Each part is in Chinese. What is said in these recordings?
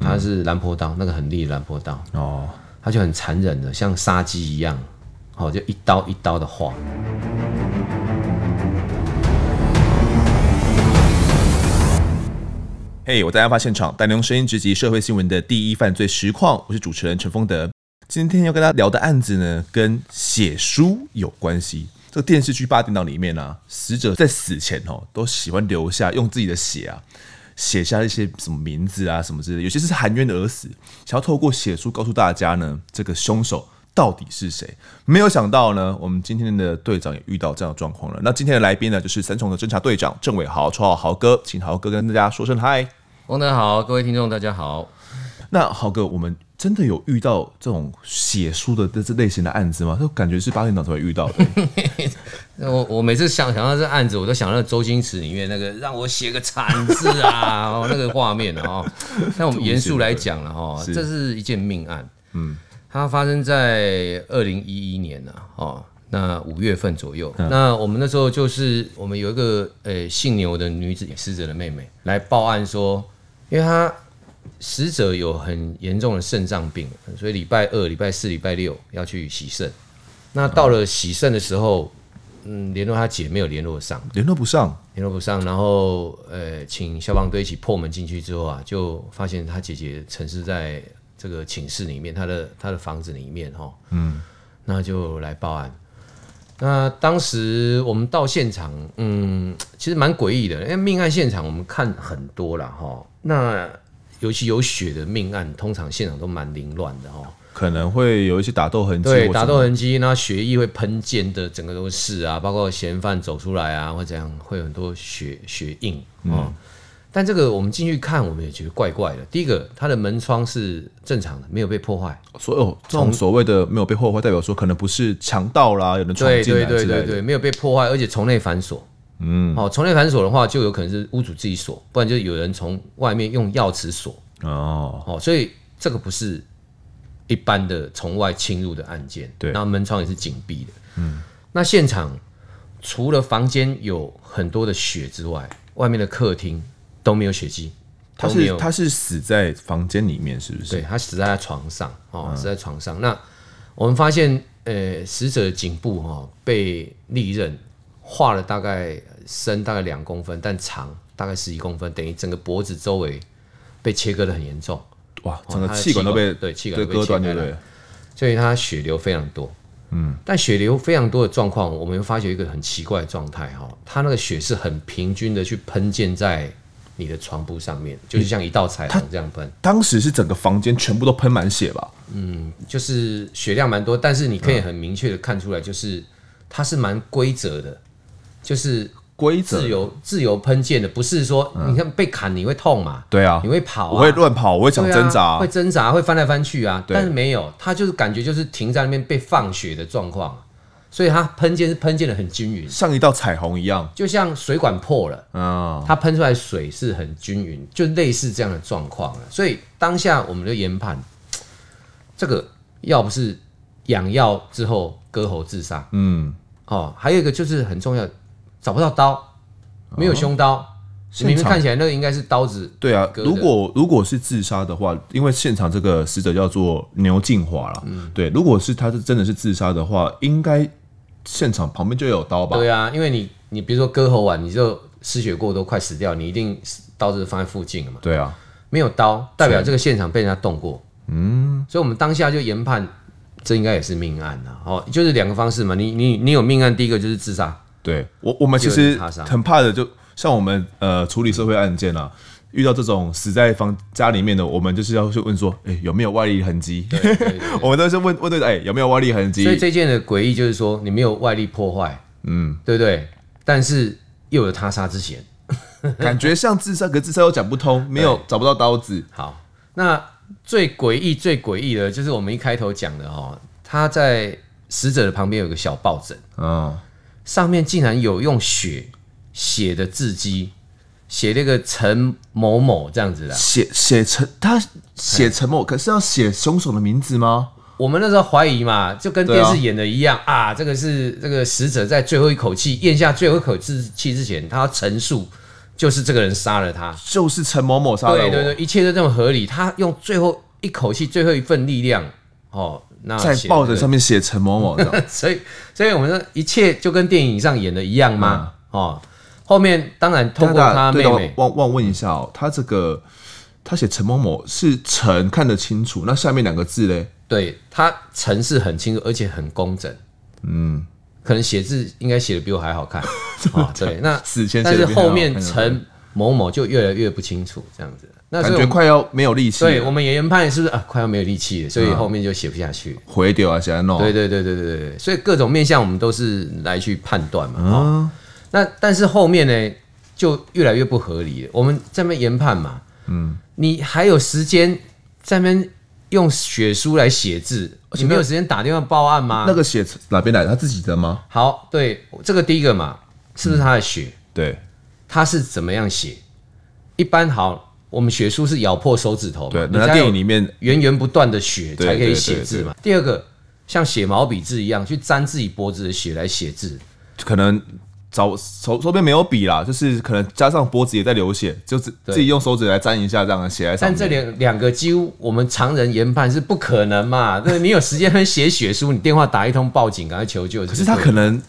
它嗯是兰坡刀，那个很利的兰坡刀，哦，它就很残忍的，像杀鸡一样，哦，就一刀一刀的划。嘿、我在案发现场，带您用声音直击社会新闻的第一犯罪实况。我是主持人陈丰德。今天要跟大家聊的案子呢，跟写书有关系。这个电视剧《八点档》里面啊，死者在死前哦，都喜欢留下用自己的血啊，写下一些什么名字啊什么之类的，有些是含冤而死，想要透过写书告诉大家呢，这个凶手到底是谁。没有想到呢，我们今天的队长也遇到这样的状况了。那今天的来宾呢，就是三重的侦查队长郑伟豪，绰号豪哥，请豪哥跟大家说声嗨。汪德好，各位听众大家好。那豪哥，我们真的有遇到这种写书的这这类型的案子吗？就感觉是八点档才会遇到的。那我我每次想想到这案子，我都想到周星驰里面那个让我写个惨字啊，哦那个画面啊哦。但我们严肃来讲了哈，是这是一件命案，嗯，它发生在二零一一年啊，哦，那五月份左右。那我们那时候就是我们有一个呃、姓牛的女子死者的妹妹来报案说，因为她死者有很严重的肾脏病，所以礼拜二、礼拜四、礼拜六要去洗肾。那到了洗肾的时候，嗯，联络她姐没有联络上，联络不上，联络不上，然后呃，请消防队一起破门进去之后啊，就发现她姐姐沉尸在这个寝室里面，她的她的房子里面哈，嗯，那就来报案。那当时我们到现场，嗯，其实蛮诡异的，因为命案现场我们看很多了哈，那尤其有血的命案，通常现场都蛮凌乱的哈。可能会有一些打斗痕迹或什对，么，打斗痕迹，那血液会喷溅的，整个都是啊，包括嫌犯走出来啊，或怎样，会有很多血血印嗯哦。但这个我们进去看，我们也觉得怪怪的。第一个，它的门窗是正常的，没有被破坏。所有这种所谓的没有被破坏，代表说可能不是强盗啦，有人闯对进对来之对类的。对对，没有被破坏，而且从内反锁。嗯，哦，从内反锁的话，就有可能是屋主自己锁，不然就有人从外面用钥匙锁。哦，哦，所以这个不是一般的从外侵入的案件，对然后门窗也是紧闭的，嗯，那现场除了房间有很多的血之外，外面的客厅都没有血迹，他都没是有他是死在房间里面，是不是？对，他死在他床上嗯哦，死在床上。那我们发现，呃，死者的颈部哦被利刃划了大概深大概两公分，但长大概十一公分，等于整个脖子周围被切割的很严重。哇，哦整个他的气管都被气管对气管对都被割断，切对开不对了？所以它血流非常多。嗯，但血流非常多的状况，我们会发觉一个很奇怪的状态哈，它那个血是很平均的去喷溅在你的床铺上面，就是像一道彩虹这样喷，当时是整个房间全部都喷满血吧？就是血量蛮多，但是你可以很明确的看出来，就是它是蛮规则的，就是规则自由自由喷溅的，不是说你看被砍你会痛嘛，对嗯啊你，会跑、啊，我会乱跑，我会想对挣啊，扎会，挣扎，会翻来翻去啊。对但是没有，他就是感觉就是停在那边被放血的状况，啊所以他喷溅是喷溅的很均匀，像一道彩虹一样。就像水管破了，嗯，它喷出来水是很均匀，就类似这样的状况了。所以当下我们就研判，这个要不是养药之后割喉自杀，嗯，哦，还有一个就是很重要，找不到刀，没有凶刀，你明明哦现场看起来那个应该是刀子，对啊，割的如果如果是自杀的话，因为现场这个死者叫做牛进华啦，嗯对，如果是他是真的是自杀的话，应该现场旁边就有刀吧？对啊，因为你你比如说割喉丸，你就失血过多快死掉，你一定刀子放在附近了嘛。对啊，没有刀，代表这个现场被人家动过。嗯，所以我们当下就研判，这应该也是命案啊。哦，就是两个方式嘛。你你你有命案，第一个就是自杀，对我我们其实很怕的，就像我们呃处理社会案件啊，遇到这种死在房家里面的，我们就是要去问说，哎、有没有外力痕迹？ 我们都是问问对，哎、有没有外力痕迹所？以这件的诡异就是说，你没有外力破坏，嗯，对不对？但是又有他杀之嫌。感觉像自杀，可是自杀又讲不通，没有找不到刀子。好，那最诡异、最诡异的就是我们一开头讲的哦，他在死者的旁边有个小抱枕。嗯，上面竟然有用血写的字迹，写那个陈某某这样子的。啊写写成他写成某，可是要写凶手的名字吗？我们那时候怀疑嘛，就跟对电啊视演的一样啊这个是这个死者在最后一口气咽下最后一口气气之前，他要陈述就是这个人杀了他。就是陈某某杀了我，对对对，一切都这么合理。他用最后一口气、最后一份力量，哦，那在写报纸了上面写陈某某的，所以，所以我们说一切就跟电影上演的一样吗？嗯哦，后面当然通过他妹对的妹，忘忘问一下哦，他这个他写陈某某是陈看得清楚，那下面两个字嘞？对他城市很清楚，而且很工整。嗯，可能写字应该写的比我还好 看。哦，对，那死前但写得是比我还好后面看陈某某就越来越不清楚，这样子。那感所以觉我们，快要没有力气对我了，们也研判是不是啊，快要没有力气了，所以后面就写不下去。回丢啊，现在弄。对对对对对对，所以各种面向我们都是来去判断嘛。嗯哦，那但是后面呢，就越来越不合理了。我们这边研判嘛，嗯，你还有时间在那边用血书来写字，你没有时间打电话报案吗？那个写哪边来的？他自己的吗？好，对，这个第一个嘛，是不是他的血？对，他是怎么样写？一般好，我们血书是咬破手指头嘛，对，你那才电有影里面源源不断的血对才可对以对写字嘛。第二个，像写毛笔字一样去沾自己脖子的血来写字，可能找手手边没有笔啦，就是可能加上脖子也在流血，就是自己用手指来沾一下，这样写在上但面。这两两个几乎我们常人研判是不可能嘛。那你有时间写血书，你电话打一通报警，赶快求救。可是他可能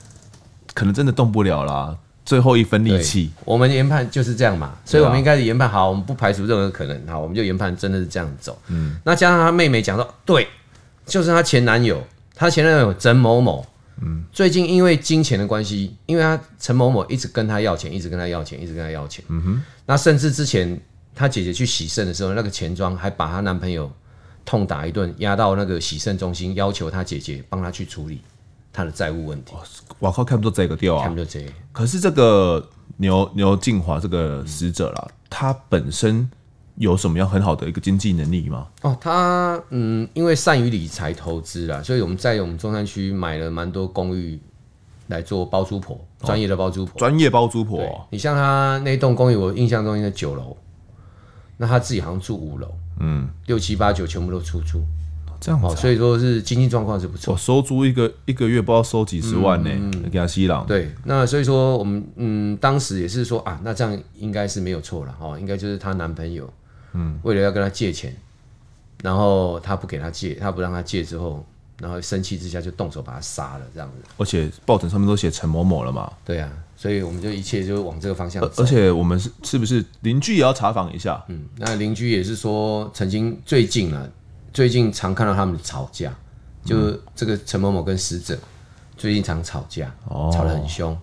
可能真的动不了啦，最后一分力对气。我们研判就是这样嘛，所以对啊我们应该是研判好，我们不排除任何可能，好，我们就研判真的是这样走。嗯，那加上她妹妹讲到，对，就是她前男友，她前男友陈某某，嗯，最近因为金钱的关系，因为她陈某某一直跟她要钱，一直跟她要钱，一直跟她要钱，嗯哼，那甚至之前她姐姐去洗肾的时候，那个钱庄还把她男朋友痛打一顿，押到那个洗肾中心，要求她姐姐帮她去处理她的债务问题，我靠，看不到这个掉他啊们！就这样。可是这个牛牛静华这个死者啦，他本身有什么样很好的一个经济能力吗？哦，他嗯，因为善于理财投资啦，所以我们在我们中山区买了蛮多公寓来做包租婆，专业的包租婆。哦专业包租婆哦对哦，你像他那栋公寓，我印象中应该九楼，那他自己好像住五楼，嗯，六七八九全部都出租，这样哦，子啊，所以说是经济状况是不错我。收租一个一个月不知道收几十万呢、给他吸狼。嗯对，那所以说我们嗯，当时也是说啊，那这样应该是没有错了哦，应该就是她男朋友，嗯，为了要跟她借钱，然后她不给她借，她不让她借之后，然后生气之下就动手把她杀了，这样子。而且报纸上面都写陈某某了嘛，对啊，所以我们就一切就往这个方向而走而。且我们是是不是邻居也要查访一下？嗯，那邻居也是说，曾经最近啊，最近常看到他们吵架，就这个陈某某跟死者最近常吵架，哦吵得很凶，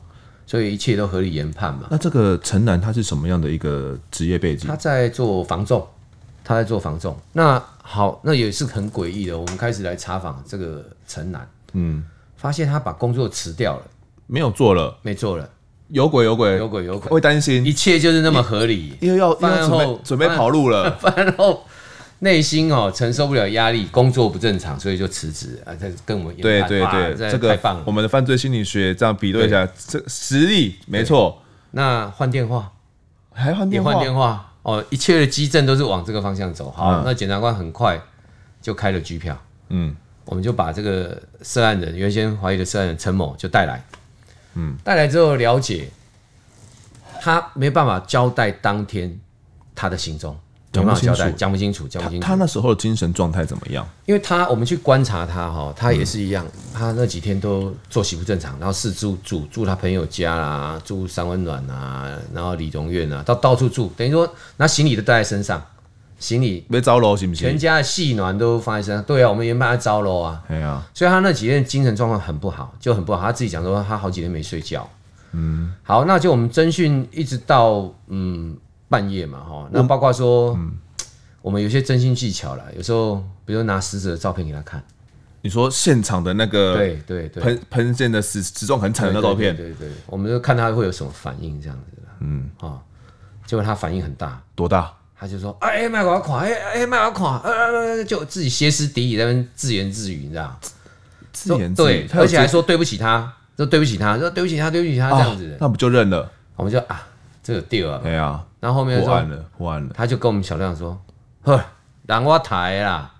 所以一切都合理研判嘛。那这个陈楠他是什么样的一个职业背景他？在做防重，他在做防重。那好，那也是很诡异的。我们开始来查访这个陈楠，嗯，发现他把工作辞掉了，没有做了，没做了，有鬼有鬼，有鬼有鬼，会担心，一切就是那么合 理。又要又犯要准后备准备跑 路了。然后内心哦承受不了压力，工作不正常，所以就辞职啊。这跟我们对研判对哇对，这太棒个了我。们的犯罪心理学这样比对一下，这实力没错，那换电话，还换也电话换，电话哦，一切的基证都是往这个方向走。好，那检察官很快就开了拘票。嗯，我们就把这个涉案人原先怀疑的涉案人陈某就带来，嗯，带来之后了解，他没办法交代当天他的行踪，讲没办不法交代，清楚讲不清楚，讲不他清他楚。那时候的精神状态怎么样？因为他我们去观察他哈，他也是一样，他那几天都作息不正常，然后四处住住他朋友家啦，住三温暖啊，然后李荣院啊，到到处住，等于说拿行李都带在身上，行李被招楼行不全行？家的细暖都放在身上。对啊，我们原本他招楼啊，哎呀，所以他那几天精神状况很不好，就很不好。他自己讲说他好几天没睡觉。嗯，好，那就我们侦讯一直到嗯半夜嘛，哈，那包括说，我们有些侦讯技巧啦，有时候比如说拿死者的照片给他看，你说现场的那个对对对，喷喷溅的死死状很惨的那对照片，对对对，对我们就看他会有什么反应这样子啦。嗯，哦，结果他反应很大，多大？他就说，哎、哎，卖我垮，哎哎，卖我垮，呃、呃，就自己歇斯底里在那边自言自语，你知道吗？自言自对语，，他有而且还自说对不起他，说对不起他，说对不起他，对不起他这样子啊，，那不就认了？我们就啊，这个掉啊。哎呀，然后后面就破案说，了，破案了。他就跟我们小亮说，呵，南瓜台啦。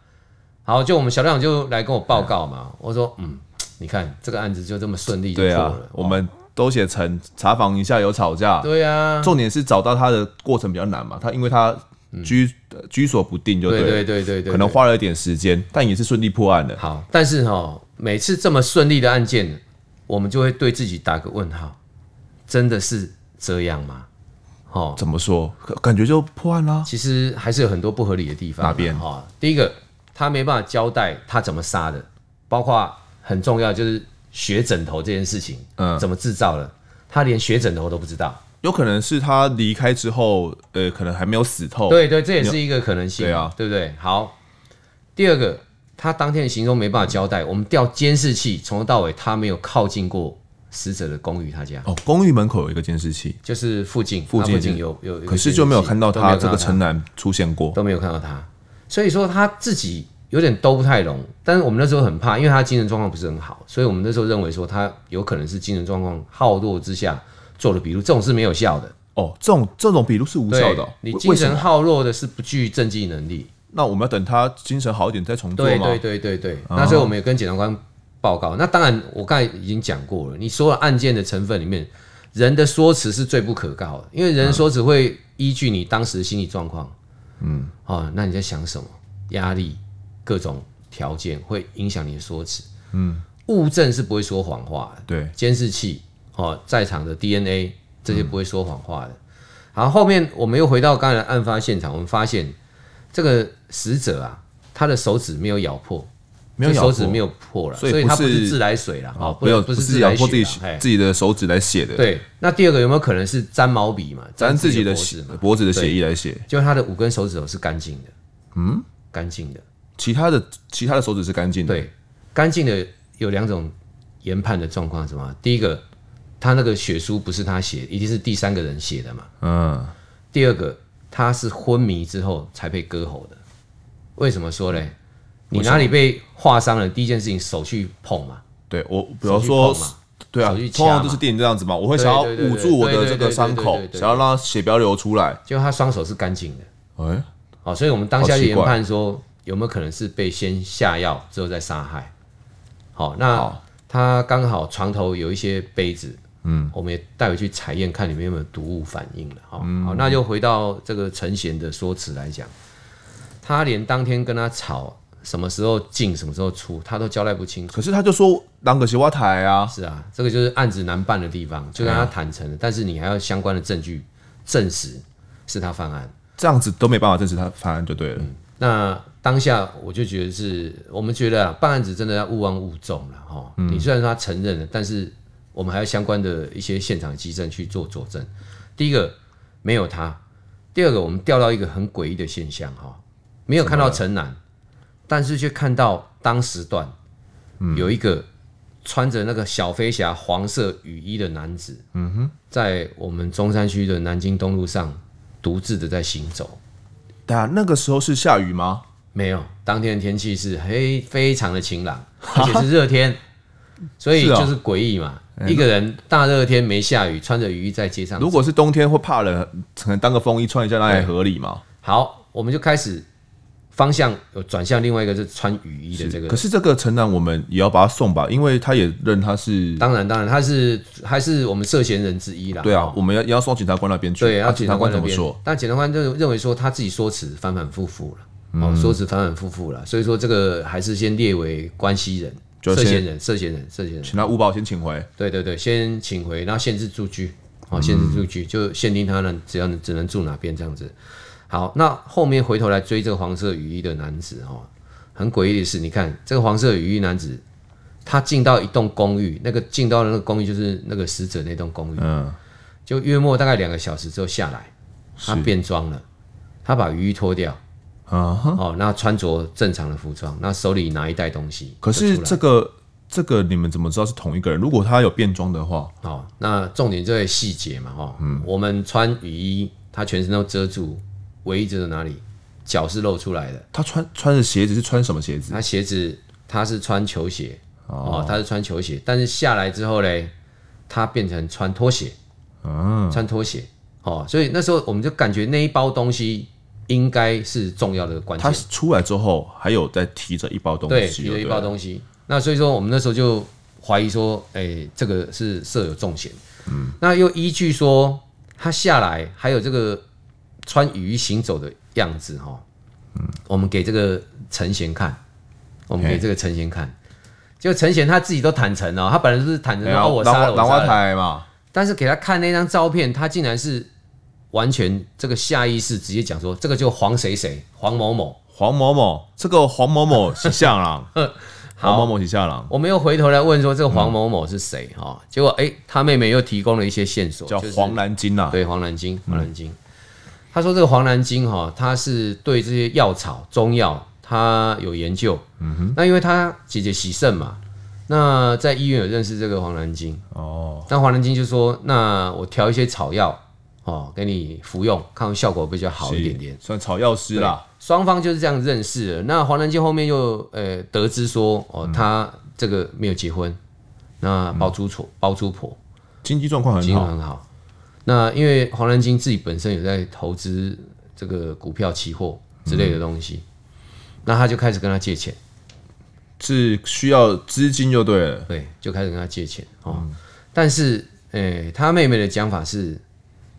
好，就我们小亮就来跟我报告嘛。我说，嗯，你看这个案子就这么顺利就哎对破啊了，。我们都写成查访一下有吵架，对啊，重点是找到他的过程比较难嘛，他因为他居、呃居所不定就对了，嗯对对对对，可能花了一点时间，但也是顺利破案的。好，但是哈、每次这么顺利的案件，我们就会对自己打个问号，真的是这样吗？哦，怎么说？可感觉就破案啦。其实还是有很多不合理的地方啊。哪边哈、第一个，他没办法交代他怎么杀的，包括很重要就是血枕头这件事情，嗯嗯，怎么制造的，他连血枕头都不知道。有可能是他离开之后，呃，可能还没有死透。，对对，这也是一个可能性，对啊对不对？好，第二个，他当天的行踪没办法交代，我们调监视器，从头到尾他没有靠近过死者的公寓他家，哦，公寓门口有一个监视器，就是附近，附他近附近有有，有一个可是监视就没有器看到都没他有这个看到城南出现过。都没有看到他，所以说他自己有点兜不太拢。但是我们那时候很怕，因为他精神状况不是很好，所以我们那时候认为说他有可能是精神状况好弱之下做的笔录，这种是没有效的。哦，这种这种笔录是无效对的哦。你为精为神什么好弱的是不具政绩能力。那我们要等他精神好一点再重做对吗？对对对对，那所以我们也跟检察官报告。那当然，我刚才已经讲过了，你所有案件的成分里面，人的说辞是最不可靠的，因为人的说辞会依据你当时的心理状况，嗯，哦，那你在想什么？压力、各种条件会影响你的说辞。嗯，物证是不会说谎话的，对监视器哦，在场的 DNA 这嗯些不会说谎话的。好，后面我们又回到刚才的案发现场，我们发现这个死者啊，他的手指没有咬破，没有就咬手破指没有破了，所以所以不他不是是自来水啦，哦，没有，不不是是自咬来破自血啦己嘿自己的手指来写的，，对，那第二个有没有可能是沾毛笔嘛？沾自己的的血嘛？脖子的血液来写，就他的五根手指头是干净的，嗯，干净的，其他的其他的手指是干净的。，对，干净的有两种研判的状况，是什么？第一个，他那个血书不是他写，一定是第三个人写的嘛。嗯，第二个，他是昏迷之后才被割喉的。为什么说嘞？你哪里被划伤了？第一件事情手去碰嘛，对我比手如去说碰嘛，对啊手去，掐通常都嘛是电影这样子嘛，我会想要对对对捂对住我的对这对个对伤对口对对，对想要让血不要流出来。就他双手是干净的。哎，好，所以我们当下好就奇研怪判说，有没有可能是被先下药之后再杀害？好，那好他刚好床头有一些杯子，嗯，我们也带回去采验，看里面有没有毒物反应了。好，嗯好，那就回到这个陈贤的说辞来讲，他连当天跟他吵什么时候进、什么时候出，他都交代不清楚。可是他就说啷个西瓜台啊，是啊，这个就是案子难办的地方，就跟他坦诚了，但是你还要相关的证据证实是他犯案。这样子都没办法证实他犯案就对了。嗯那当下我就觉得是，我们觉得啊，办案子真的要勿忘勿重了哈。齁你虽然说他承认了，但是我们还要相关的一些现场基证去做佐证。第一个没有他，第二个我们调到一个很诡异的现象哈，齁没有看到陈南，但是却看到当时段有一个穿着那个小飞侠黄色雨衣的男子，嗯哼，在我们中山区的南京东路上独自的在行走。对啊，那个时候是下雨吗？没有，当天的天气是嘿非常的晴 朗，而且是热天，所哦以就是诡异嘛。一个人大热天没下雨，穿着雨衣在街上。嗯如果是冬天会怕冷，可能当个风衣穿一下那也合理嘛。好，我们就开始方向有转向另外一个，就是穿雨衣的这个可。是这个城南我们也要把他送吧，因为他也认他是，当然，当然，他是还是我们涉嫌人之一啦。对啊，我们要也要送检察官那边去。哦对，要那检检察察官官那怎么边说？。但检察官认认为说他自己说辞反反复复了。嗯哦，说辞反反复复了，所以说这个还是先列为关系人、就涉先嫌人、涉嫌人、涉嫌人。请他五保先请回。对对对，先请回，然后限制住居，嗯好、限制住居、就限定他呢，只要能只能住哪边这样子。好，那后面回头来追这个黄色雨衣的男子哦，很诡异的是，你看这个黄色雨衣男子，他进到一栋公寓，那个进到的那个公寓就是那个死者那栋公寓，嗯，就约莫大概两个小时之后下来，他变装了，他把雨衣脱掉，啊哈。哦，那穿着正常的服装，那手里拿一袋东西，可就出是来了这个这个你们怎么知道是同一个人？如果他有变装的话，哦，那重点就在细节嘛，哦，我们穿雨衣，它全身都遮住，唯一遮哪里？脚是露出来的，他穿穿的鞋子是穿什么鞋子？他鞋子他是穿球鞋，哦，他是穿球鞋，但是下来之后嘞，他变成穿拖鞋，嗯，穿拖鞋，哦，所以那时候我们就感觉那一包东西应该是重要的关他键，出来之后还有在提着一包东对，西，提了一对包东西，那所以说我们那时候就怀疑说，哎、这个是涉有重嫌。嗯，那又依据说他下来还有这个穿雨衣行走的样子哈，嗯，我们给这个陈贤看，我们给这个陈贤看，就陈贤他自己都坦诚哦，他本来就是哎坦诚说、哦我杀了我兰杀花了，台嘛，但是给他看那张照片，他竟然是完全这个下意识直接讲说，这个就黄谁谁黄某某。黄某某，这个黄 某某是下郎，黄某某是下郎，我们又回头来问说这个黄某某是谁哈、结果哎、他妹妹又提供了一些线索，嗯叫就是黄嗯兰金啊呐，对黄兰金，黄兰金。他说这个黄兰金哈、他是对这些药草中药他有研究，嗯哼，那因为他姐姐喜肾嘛，那在医院有认识这个黄兰金，哦，那黄兰金就说，那我调一些草药哦给你服用，看效果比较好一点点。是算草药师啦，双方就是这样认识的。那黄兰金后面又呃得知说，嗯哦，她这个没有结婚，那包租婆包租婆经济状况嗯很经营好，很好。那因为黄兰金自己本身有在投资这个股票、期货之类嗯的东西，那他就开始跟他借钱，是需要资金就对了，对，就开始跟他借钱哦。嗯但是，呃，他妹妹的讲法是，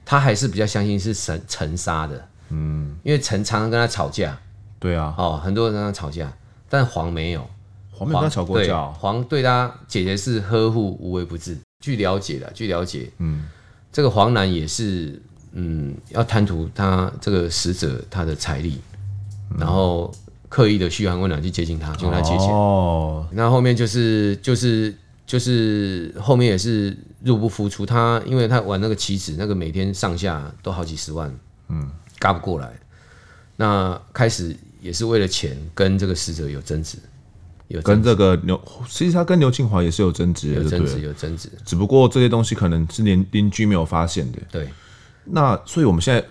他还是比较相信是陈陈杀的，嗯，因为陈常常跟他吵架，对啊，哦，很多人跟他吵架，但黄没有。黄没有跟他吵过架哦，对黄对他姐姐是呵护无微不至。据了解了，据了解，嗯，这个黄楠也是，嗯，要贪图他这个死者他的财力，嗯然后刻意的嘘寒问暖去接近他，就跟他借钱。哦，那后面就是就是就是后面也是入不敷出，他因为他玩那个棋子，那个每天上下都好几十万，嗯，嘎不过来。那开始也是为了钱跟这个死者有争执，有争跟这个牛，其实他跟刘庆华也是有争执有的，对争不执，对？有争执。只不过这些东西可能是连邻居没有发现的。对那所以我们现在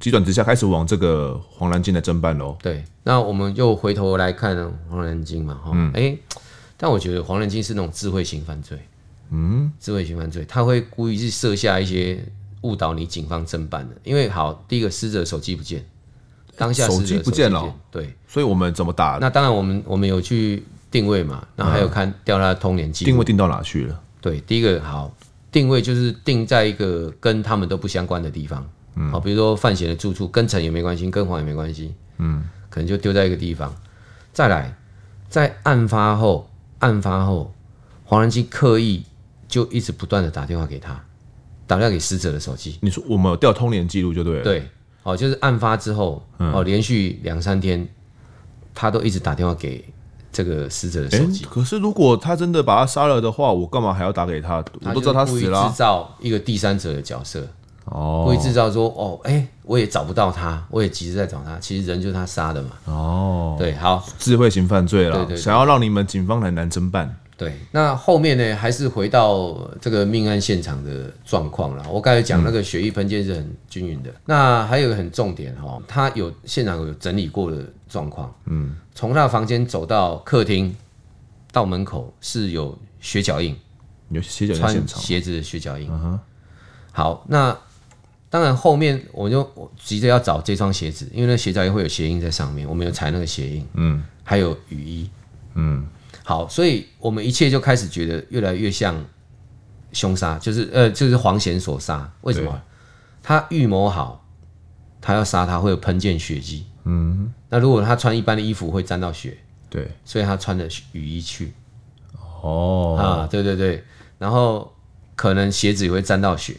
急转直下，开始往这个黄兰金来侦办喽。对，那我们又回头来看黄仁金嘛，哈，嗯哎、但我觉得黄仁金是那种智慧型犯罪，嗯，智慧型犯罪，他会故意去设下一些误导你警方侦办的，因为好，第一个死者手机不见，当下手死者机手不见了哦啊对，所以我们怎么打？那当然我们我们有去定位嘛，那还有看调他的通联记录定位定到哪去了？对，第一个好定位就是定在一个跟他们都不相关的地方，嗯，好，比如说范闲的住处跟陈也没关系，跟黄也没关系，嗯，可能就丢在一个地方。再来，在案发后，案发后，黄仁基刻意就一直不断的打电话给他，打电话给死者的手机，你说我们有调通联记录就对了。，对，哦，就是案发之后，嗯哦，连续两三天，他都一直打电话给这个死者的手哎机，，可是如果他真的把他杀了的话，我干嘛还要打给他？我都知道他就是死故意了啊制。造一个第三者的角色，故意哦制造说哦，哎、我也找不到他，我也急着在找他，其实人就是他杀的嘛。哦，对，好，智慧型犯罪对了对，对想要让你们警方很难侦办。对，那后面呢，还是回到这个命案现场的状况了。我刚才讲那个血液喷溅是很均匀的，那还有一个很重点哈、哦，他有现场有整理过的状况，嗯，从他的房间走到客厅，到门口是有血脚印，有血脚在现穿场，嗯鞋子的血脚印。好，那当然后面我就我急着要找这双鞋子，因为那鞋脚印会有鞋印在上面，我们有踩那个鞋印，嗯，还有雨衣，嗯，好，所以我们一切就开始觉得越来越像凶杀，就是呃，就是黄贤所杀。为什对么？他预谋好，他要杀他会有喷溅血迹，嗯，那如果他穿一般的衣服会沾到血，对，所以他穿了雨衣去，哦，啊，对对对，然后可能鞋子也会沾到血，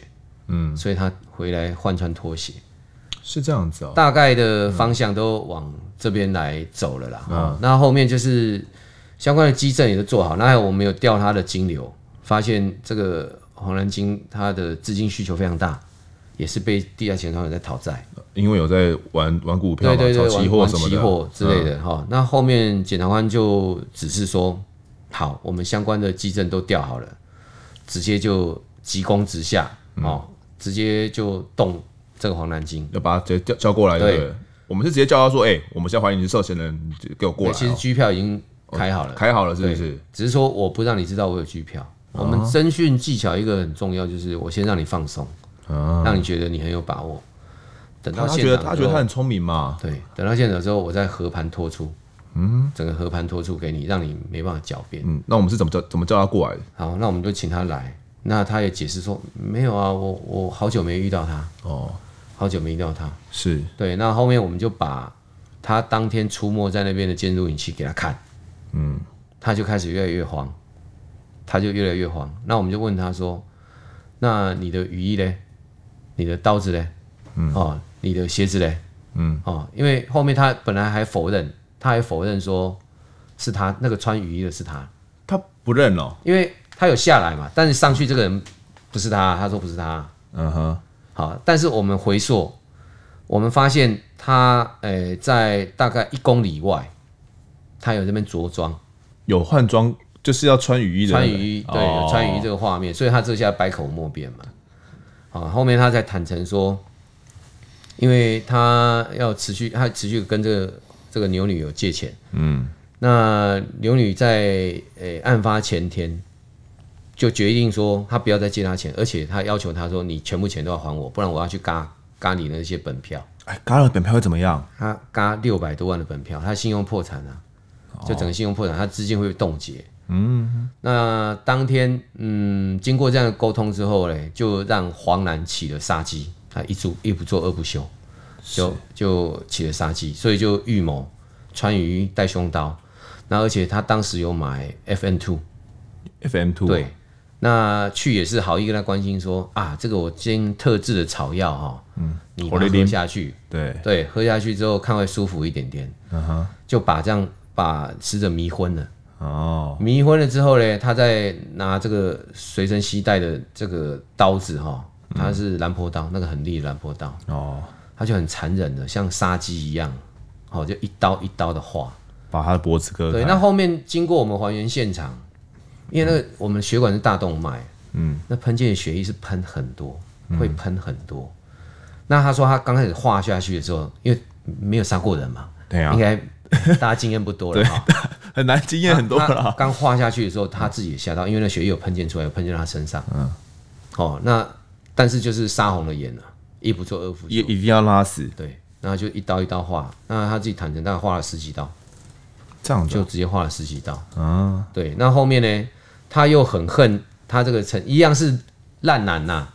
嗯，所以他回来换穿拖鞋，是这样子哦。大概的方向都往这边来走了啦。哦那后面就是相关的基证也都做好，那还有我们有调他的金流，发现这个黄兰金他的资金需求非常大，也是被地下钱庄有在讨债，因为有在玩玩股票对嘛，对对，炒玩期货玩什么期的，嗯货之类的哈、那后面检察官就指示说，好，我们相关的基证都调好了，直接就急攻直下嗯哦，直接就动这个黄南京。要把他直接叫叫过来，对不对？我们是直接叫他说，哎、我们现在怀疑你是涉嫌人，你就给我过来、其实哦，机票已经开好了，开好了是不对是？只是说我不让你知道我有机票。我们哦侦讯技巧一个很重要，就是我先让你放松，啊，让你觉得你很有把握。等到他现觉得场之后，他觉得他很聪明嘛，对，等到现场之后，我再和盘托出。嗯，整个和盘托出给你，让你没办法狡辩。嗯，那我们是怎么叫怎么叫他过来的？好，那我们就请他来，那他也解释说没有啊，我我好久没遇到他，哦，好久没遇到他。是对，那后面我们就把他当天出没在那边的监录影器给他看，嗯，他就开始越来越慌，他就越来越慌。那我们就问他说：“那你的雨衣嘞？你的刀子嘞？嗯，哦，你的鞋子嘞？嗯，哦，因为后面他本来还否认，他还否认说是他那个穿雨衣的是他，他不认哦，因为他有下来嘛，但是上去这个人不是他，他说不是他，嗯哼，好，但是我们回溯，我们发现他呃在大概一公里外，他有这边着装有换装就是要穿雨衣的那个，穿雨衣，对，哦有穿雨衣这个画面，所以他这下百口莫辩嘛。好，后面他才坦诚说，因为他要持续，他持续跟这个这个牛女有借钱，嗯，那牛女在呃案发前天。就决定说，他不要再借他钱，而且他要求他说，你全部钱都要还我，不然我要去嘎嘎你那些本票。哎，嘎了本票会怎么样？他嘎六百多万的本票，他信用破产啊，就整个信用破产，他资金会冻结。嗯，那当天，嗯，经过这样的沟通之后嘞，就让黄楠起了杀机，他一做一不做二不休，就就起了杀机，所以就预谋穿雨衣带凶刀，那而且他当时有买 FN two， FM Two 对，那去也是好意跟他关心说啊，这个我煎特制的草药哈、嗯，你把我来它啉喝下去，对，对，喝下去之后看会舒服一点点，嗯哼，就把这样把死者迷昏了。哦，迷昏了之后呢，他再拿这个随身携带的这个刀子哈、它是兰坡刀，那个很利的兰坡刀，哦，他就很残忍的，像杀鸡一样，好、就一刀一刀的划。把他的脖子割对，开，那后面经过我们还原现场，因为那个我们血管是大动脉，嗯，那喷溅的血液是喷很多，会喷很多。那他说他刚开始画下去的时候，因为没有杀过人嘛，对啊应，该大家经验不多了哈。很难经验很多他了，刚画下去的时候，他自己也吓到，因为那血液有喷溅出来，有喷溅到他身上。嗯，哦，那但是就是杀红了眼了、一不做二不也休。一定要拉死，对，那就一刀一刀画，那他自己坦诚，大概画了十几刀，这样子就直接画了十几刀。啊，对，那后面呢，他又很恨他这个陈，一样是烂男呐、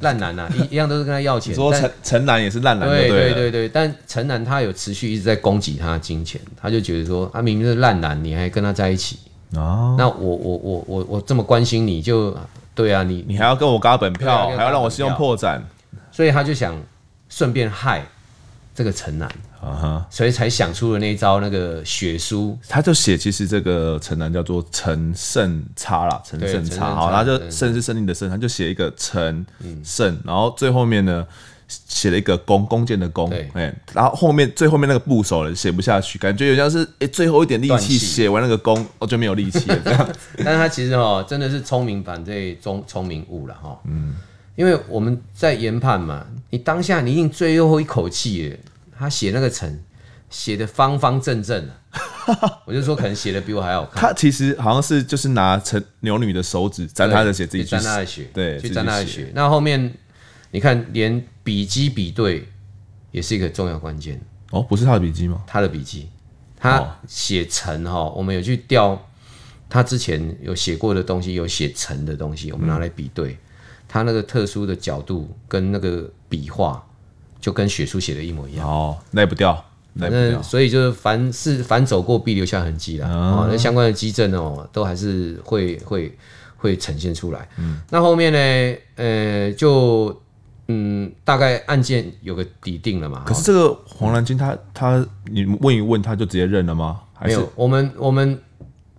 烂男呐、一一样都是跟他要你钱。说但陈陈楠也是烂男，对对对了对对，但陈楠他有持续一直在攻击他的金钱，他就觉得说，他、啊、明明是烂男，你还跟他在一起，哦，那我我我我我这么关心你就对啊，你你还要跟我嘎本票，对啊还要让我信用破产，所以他就想顺便害这个陈楠，啊哈，所以才想出了那一招那个血书他就写其实这个陈楠叫做陈胜差啦，陈胜对陈胜差，差好，他就对嗯胜是胜利的胜，他就写一个陈胜，然后最后面呢。写了一个弓，弓箭的弓对，哎，然后后面最后面那个部首了写不下去，感觉有像是哎最后一点力断气气写完那个弓，哦就没有力气了，这 样但是他其实哦，真的是聪明反对聪聪明误了哈。嗯，因为我们在研判嘛，你当下你已经最后一口气了，他写那个成写的方方正正的， 我就说可能写的比我还好看。他其实好像是就是拿陈牛女的手指沾他的血，自己去去沾他的血，对去沾他的自己血。那后面你看，连笔迹比对也是一个重要关键。哦，不是他的笔记吗？他的笔记，哦他写成哈，我们有去调他之前有写过的东西，有写成的东西，我们拿来比嗯对，他那个特殊的角度跟那个笔画，就跟血书写的一模一样。哦，赖不掉，呃反赖不啊正掉。所以就是凡是凡走过必留下痕迹啦，哦，那相关的基证哦，都还是会会会呈现出来。那后面呢，呃，就嗯，大概案件有个底定了嘛。可哦是这个黄兰金他他，你问一问他就直接认了吗？还没是有，我们我们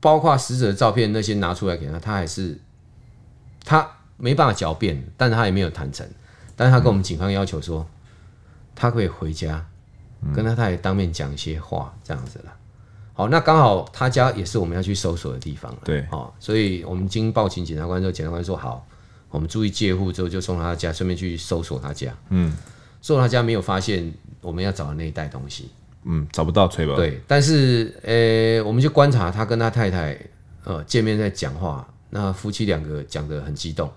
包括死者的照片那些拿出来给他，他还是他没办法狡辩，但他也没有坦诚，但是他跟我们警方要求说，他可以回家，跟他太太当面讲一些话，这样子了。好，那刚好他家也是我们要去搜索的地方了，对哦，所以我们经报请检察官之后，检察官说好，我们注意戒护之后就送他家，顺便去搜索他家，嗯，搜索他家没有发现我们要找的那一袋东西，嗯找不到崔吧？，对，但是呃，我们就观察他跟他太太呃见面在讲话，那夫妻两个讲得很激动，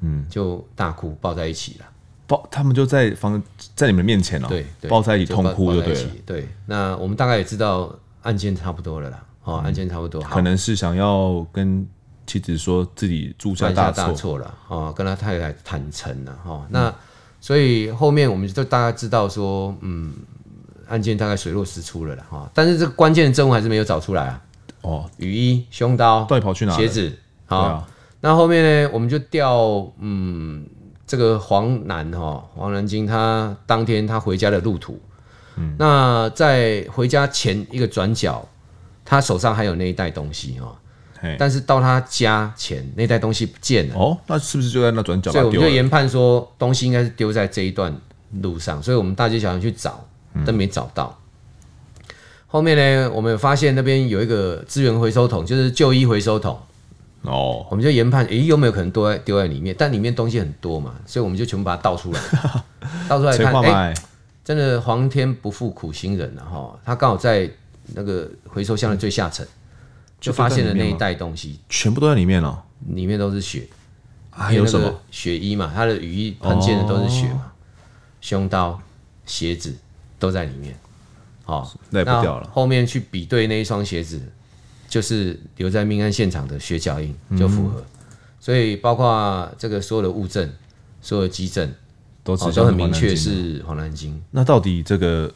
嗯，就大哭抱在一起了。抱他们就在房在你们面前了、哦对，对抱在一起痛哭就就抱在对一了。起。对，那我们大概也知道案件差不多了啦，哦，案件差不多，好嗯可能是想要跟妻子说自己铸下犯大下大错，嗯错了哦，跟他太太坦诚了哦。那、所以后面我们就大概知道说，嗯，案件大概水落石出了啦哈、哦。但是这个关键的证物还是没有找出来啊，哦，雨衣、胸刀到底跑去哪了鞋子啊对哦啊，那后面呢，我们就调嗯，这个黄南哈、哦，黄南京他当天他回家的路途，嗯，那在回家前一个转角，他手上还有那一袋东西哦，嘿，但是到他家前那袋东西不见了，哎哦，那是不是就在那转角所以把它我们丢就了？研判说东西应该是丢在这一段路上，所以我们大街小巷去找，嗯但没找到。后面呢，我们有发现那边有一个资源回收桶，就是旧衣回收桶，哦，我们就研判，诶，有没有可能丢在丢在里面？但里面东西很多嘛，所以我们就全部把它倒 出来，倒出来谁看，哎画诶，卖？真的皇天不负苦心人了、啊、哈，他刚好在那个回收箱的最下层，嗯就发现了那一袋东西，全部都在里面了，里面都是血。还有什因为那么哦个？血衣嘛，他的雨衣喷溅的都是血嘛，胸刀、鞋子都在里面。哦好、那也不掉了后面去比对那一双鞋子，就是留在命案现场的血脚印嗯就符合，所以包括这个所有的物证、所有的基证，都哦指都向很黄明南确京是黄南京。那到底这个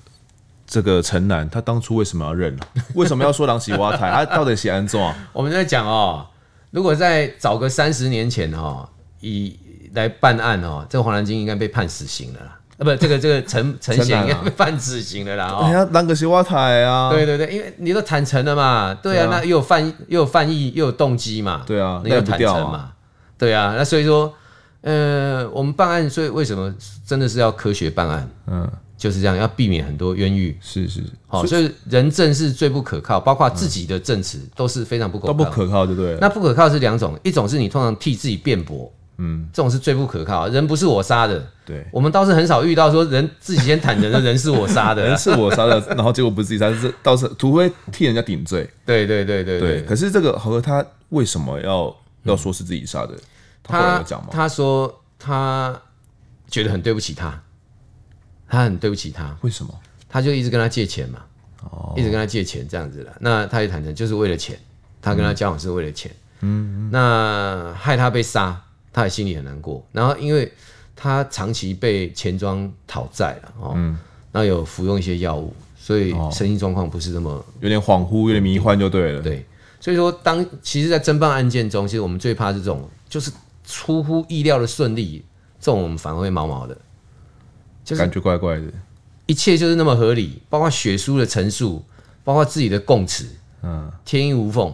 这个陈南他当初为什么要认呢、啊 为什么要说狼喜挖台？他到底写安怎啊？我们在讲哦，如果再早个三十年前哦，以来办案哦，这个黄南京应该被判死刑了啦。啊，不，这个这个陈陈陈显南啊应该被判死刑了啦。哦，人家当个喜挖台啊，对对对，因为你都坦诚了嘛，对啊，对啊那又有犯又有犯意又有动机嘛，对啊那又赖不坦掉啊诚嘛，对啊，那所以说，呃，我们办案，所以为什么真的是要科学办案，嗯，就是这样，要避免很多冤狱。是是，好、所以人证是最不可靠，包括自己的证词都是非常不可嗯都靠。不可靠，就对了。那不可靠是两种，一种是你通常替自己辩驳，嗯，这种是最不可靠，人不是我杀的。对，我们倒是很少遇到说人自己先坦诚的人是我杀的啊 人啦，是我杀的，然后结果不是自己杀，是倒是除非替人家顶罪。对对对对对，可是这个和他为什么要要说是自己杀的？他后来有他讲吗？他说他觉得很对不起他，他很对不起他，为什么？他就一直跟他借钱嘛，哦一直跟他借钱这样子了。那他也坦诚，就是为了钱，他跟他交往是为了钱，嗯，那害他被杀，他也心里很难过。然后因为他长期被钱庄讨债了哦，嗯那有服用一些药物，所以哦身心状况不是那么有点恍惚，有点迷幻，就对了。对，所以说当其实，在侦办案件中，其实我们最怕是这种就是出乎意料的顺利，这种我们反而会毛毛的，就是感觉怪怪的。一切就是那么合理，包括血书的陈述，包括自己的供词，嗯，天衣无缝，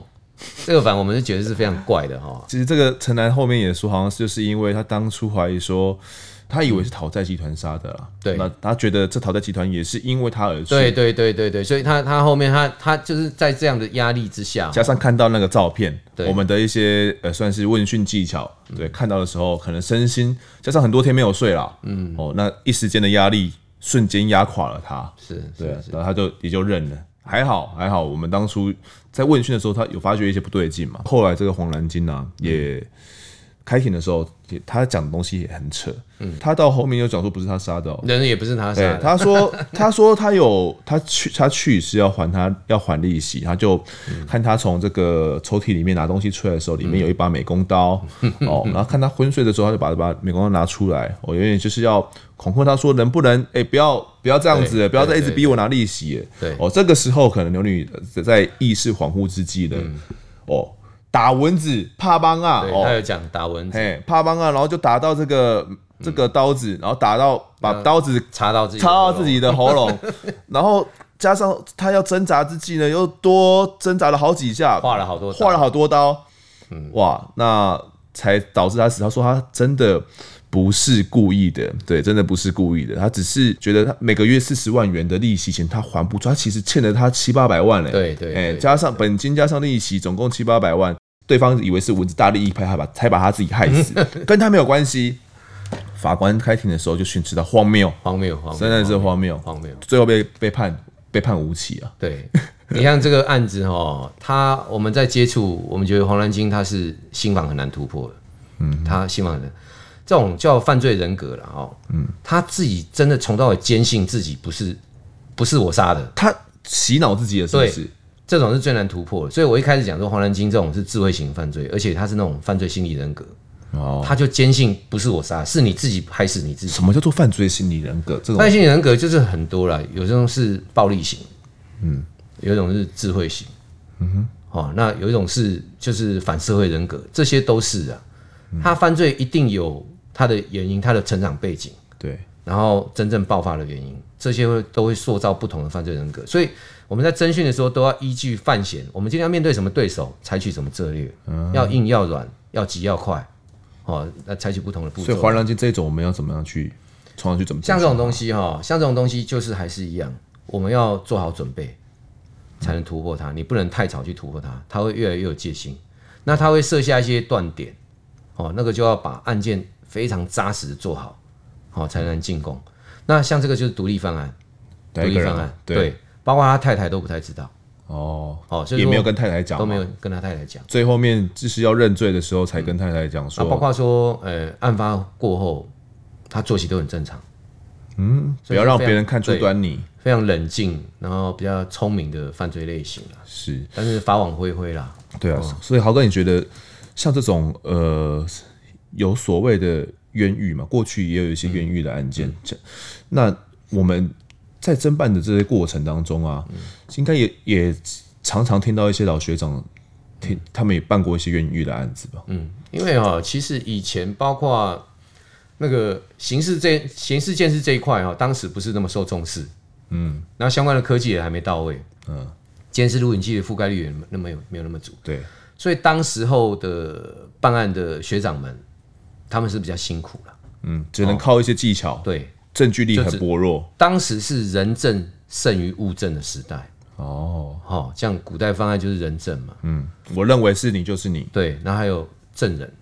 这个反而我们就觉得是非常怪的哈。其实这个陈南后面也说，好像就是因为他当初怀疑说，他以为是讨债集团杀的啦。对那他觉得这讨债集团也是因为他而去。对，对对对对，所以他他后面他他就是在这样的压力之下，加上看到那个照片，对嗯我们的一些呃算是问讯技巧，对，看到的时候可能身心加上很多天没有睡啦，嗯，哦，那一时间的压力瞬间压垮了他。是对是，然后他就也就认了。还好，还好，我们当初在问讯的时候，他有发觉一些不对劲嘛。后来这个黄兰金啊，也开庭的时候，也他讲的东西也很扯。嗯他到后面又讲说不是他杀的、哦，人也不是他杀对，的，他说 他说他有他去他去是要还他要还利息，他就嗯看他从这个抽屉里面拿东西出来的时候，里面有一把美工 刀哦，然后看他昏睡的时候，他就把把美工刀拿出来，我有点就是要恐吓他说能不能哎、不要不要这样子，对不要再一直对逼我拿利息，对哦，这个时候可能牛女在意识恍惚之际呢，哦，打蚊子怕帮啊，嗯对哦他，有讲打蚊子，嘿怕帮啊，然后就打到这个。这个刀子，然后打到把嗯刀子插到自己的插到喉咙自己的喉咙，然后加上他要挣扎之际呢，又多挣扎了好几下，划了好多刀嗯划了好多刀，哇，那才导致他死。他说他真的不是故意的，对，真的不是故意的，他只是觉得他每个月四十万元的利息钱他还不出，他其实欠了他七八百万嘞、对对哎、对加上本金加上利息，总共七八百万。对方以为是蚊子大力一拍，还把才把他自己害 死，跟他没有关系。法官开庭的时候就训斥他荒谬，荒谬荒谬，真的是荒谬，荒谬。最后被被判被判无期啊！对，你像这个案子哦，他我们在接触，我们觉得黄兰金他是心房很难突破的，嗯，他心房很难，这种叫犯罪人格了哦，嗯，他自己真的从到尾坚信自己不是不是我杀的，他洗脑自己的是不对是？这种是最难突破的。所以我一开始讲说，黄兰青这种是智慧型犯罪，而且他是那种犯罪心理人格，哦，他就坚信不是我杀，是你自己害死你自己。什么叫做犯罪心理人格？这种犯罪心理人格就是很多啦，有这种是暴力型，嗯，有一种是智慧型，嗯哼，哦，那有一种是就是反社会人格，这些都是啊。他犯罪一定有他的原因，他的成长背景。对，然后真正爆发的原因，这些会都会塑造不同的犯罪人格。所以我们在侦讯的时候都要依据犯嫌，我们今天要面对什么对手，采取什么策略，嗯要硬要软，要急要快，哦，那采取不同的步所以黄骤。良金这种我们要怎么样去冲上去？怎么像这种东东西哈，像这种东西就是还是一样，我们要做好准备，才能突破它。你不能太早去突破它，它会越来越有戒心。那它会设下一些断点，哦，那个就要把案件非常扎实的做好，好、才能进攻。那像这个就是独立方案。独一立个方人啊案，对，，包括他太太都不太知道，哦，哦，所以也说没有跟太太讲，都没有。跟他太太讲，最后面就是要认罪的时候才跟太太讲啊，包说，括说，呃，案发过后，他作息都很正常，嗯，不要让别人看出端倪。非常冷静，然后比较聪明的犯罪类型啦，是，但是法网恢恢啦，对啊。哦所以豪哥，你觉得像这种呃有所谓的冤狱嘛？过去也有一些冤狱的案件，嗯这那我们在侦办的这些过程当中啊，嗯应该也也常常听到一些老学长。听他们也办过一些冤狱的案子吧？嗯，因为哈、其实以前包括那个刑事这刑事建设这一块哈、当时不是那么受重视，嗯，那相关的科技也还没到位，嗯，监视录影器的覆盖率也那么有没有那么足。对，所以当时候的办案的学长们，他们是比较辛苦了。嗯，只能靠一些技巧，对，证据力就很只薄弱。当时是人证胜于物证的时代，哦，哦，像古代方案就是人证嘛，嗯，我认为是你就是你，对，然后还有证人，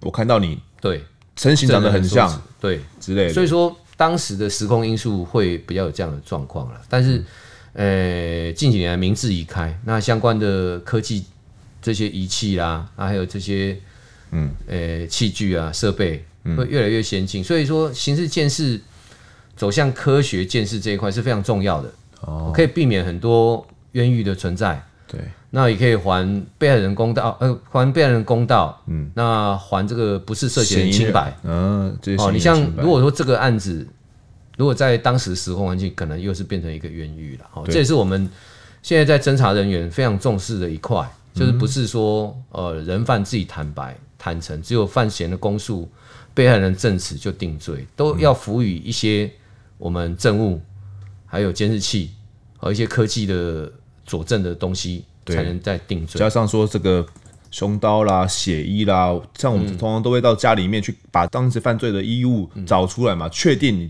我看到你对，身形长得很证人像说对，之类的，所以说当时的时空因素会比较有这样的状况了。但是，呃，近几年来名字已开，那相关的科技这些仪器啦，啊，还有这些嗯呃器具啊设备会越来越先进，所以说刑事建设走向科学建设这一块是非常重要的，哦，可以避免很多冤狱的存在。对，那也可以还被害人公道，呃，还被害人公道，嗯，那还这个不是涉嫌人嫌疑清人白，，嗯，这些哦，嫌你疑人像清白如果说这个案子，如果在当时时空环境，可能又是变成一个冤狱了。哦，对这也是我们现在在侦查人员非常重视的一块，嗯就是不是说呃人犯自己坦白坦诚，只有犯嫌的供述、被害人证词就定罪，都要辅以一些我们证物，还有监视器和一些科技的佐证的东西，对才能再定罪。加上说这个凶刀啦、血衣啦，像我们通常都会到家里面去把当时犯罪的衣物找出来嘛，确定你，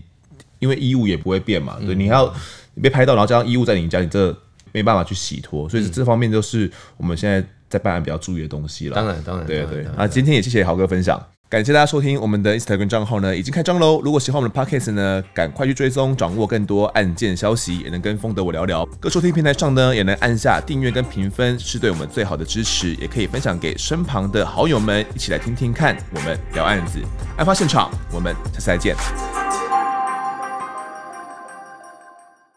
因为衣物也不会变嘛，对，你还要你被拍到，然后加上衣物在你家，你这没办法去洗脱，所以这方面就是我们现在在办案比较注意的东西了。当然，当然，对当然对当，然啊，今天也谢谢豪哥分享，感谢大家收听我们的 Instagram 账号呢，已经开张喽。如果喜欢我们的 Podcast 呢，赶快去追踪，掌握更多案件消息，也能跟风德我聊聊。各收听平台上呢，也能按下订阅跟评分，是对我们最好的支持，也可以分享给身旁的好友们，一起来听听看我们聊案子、案发现场。我们下次再见，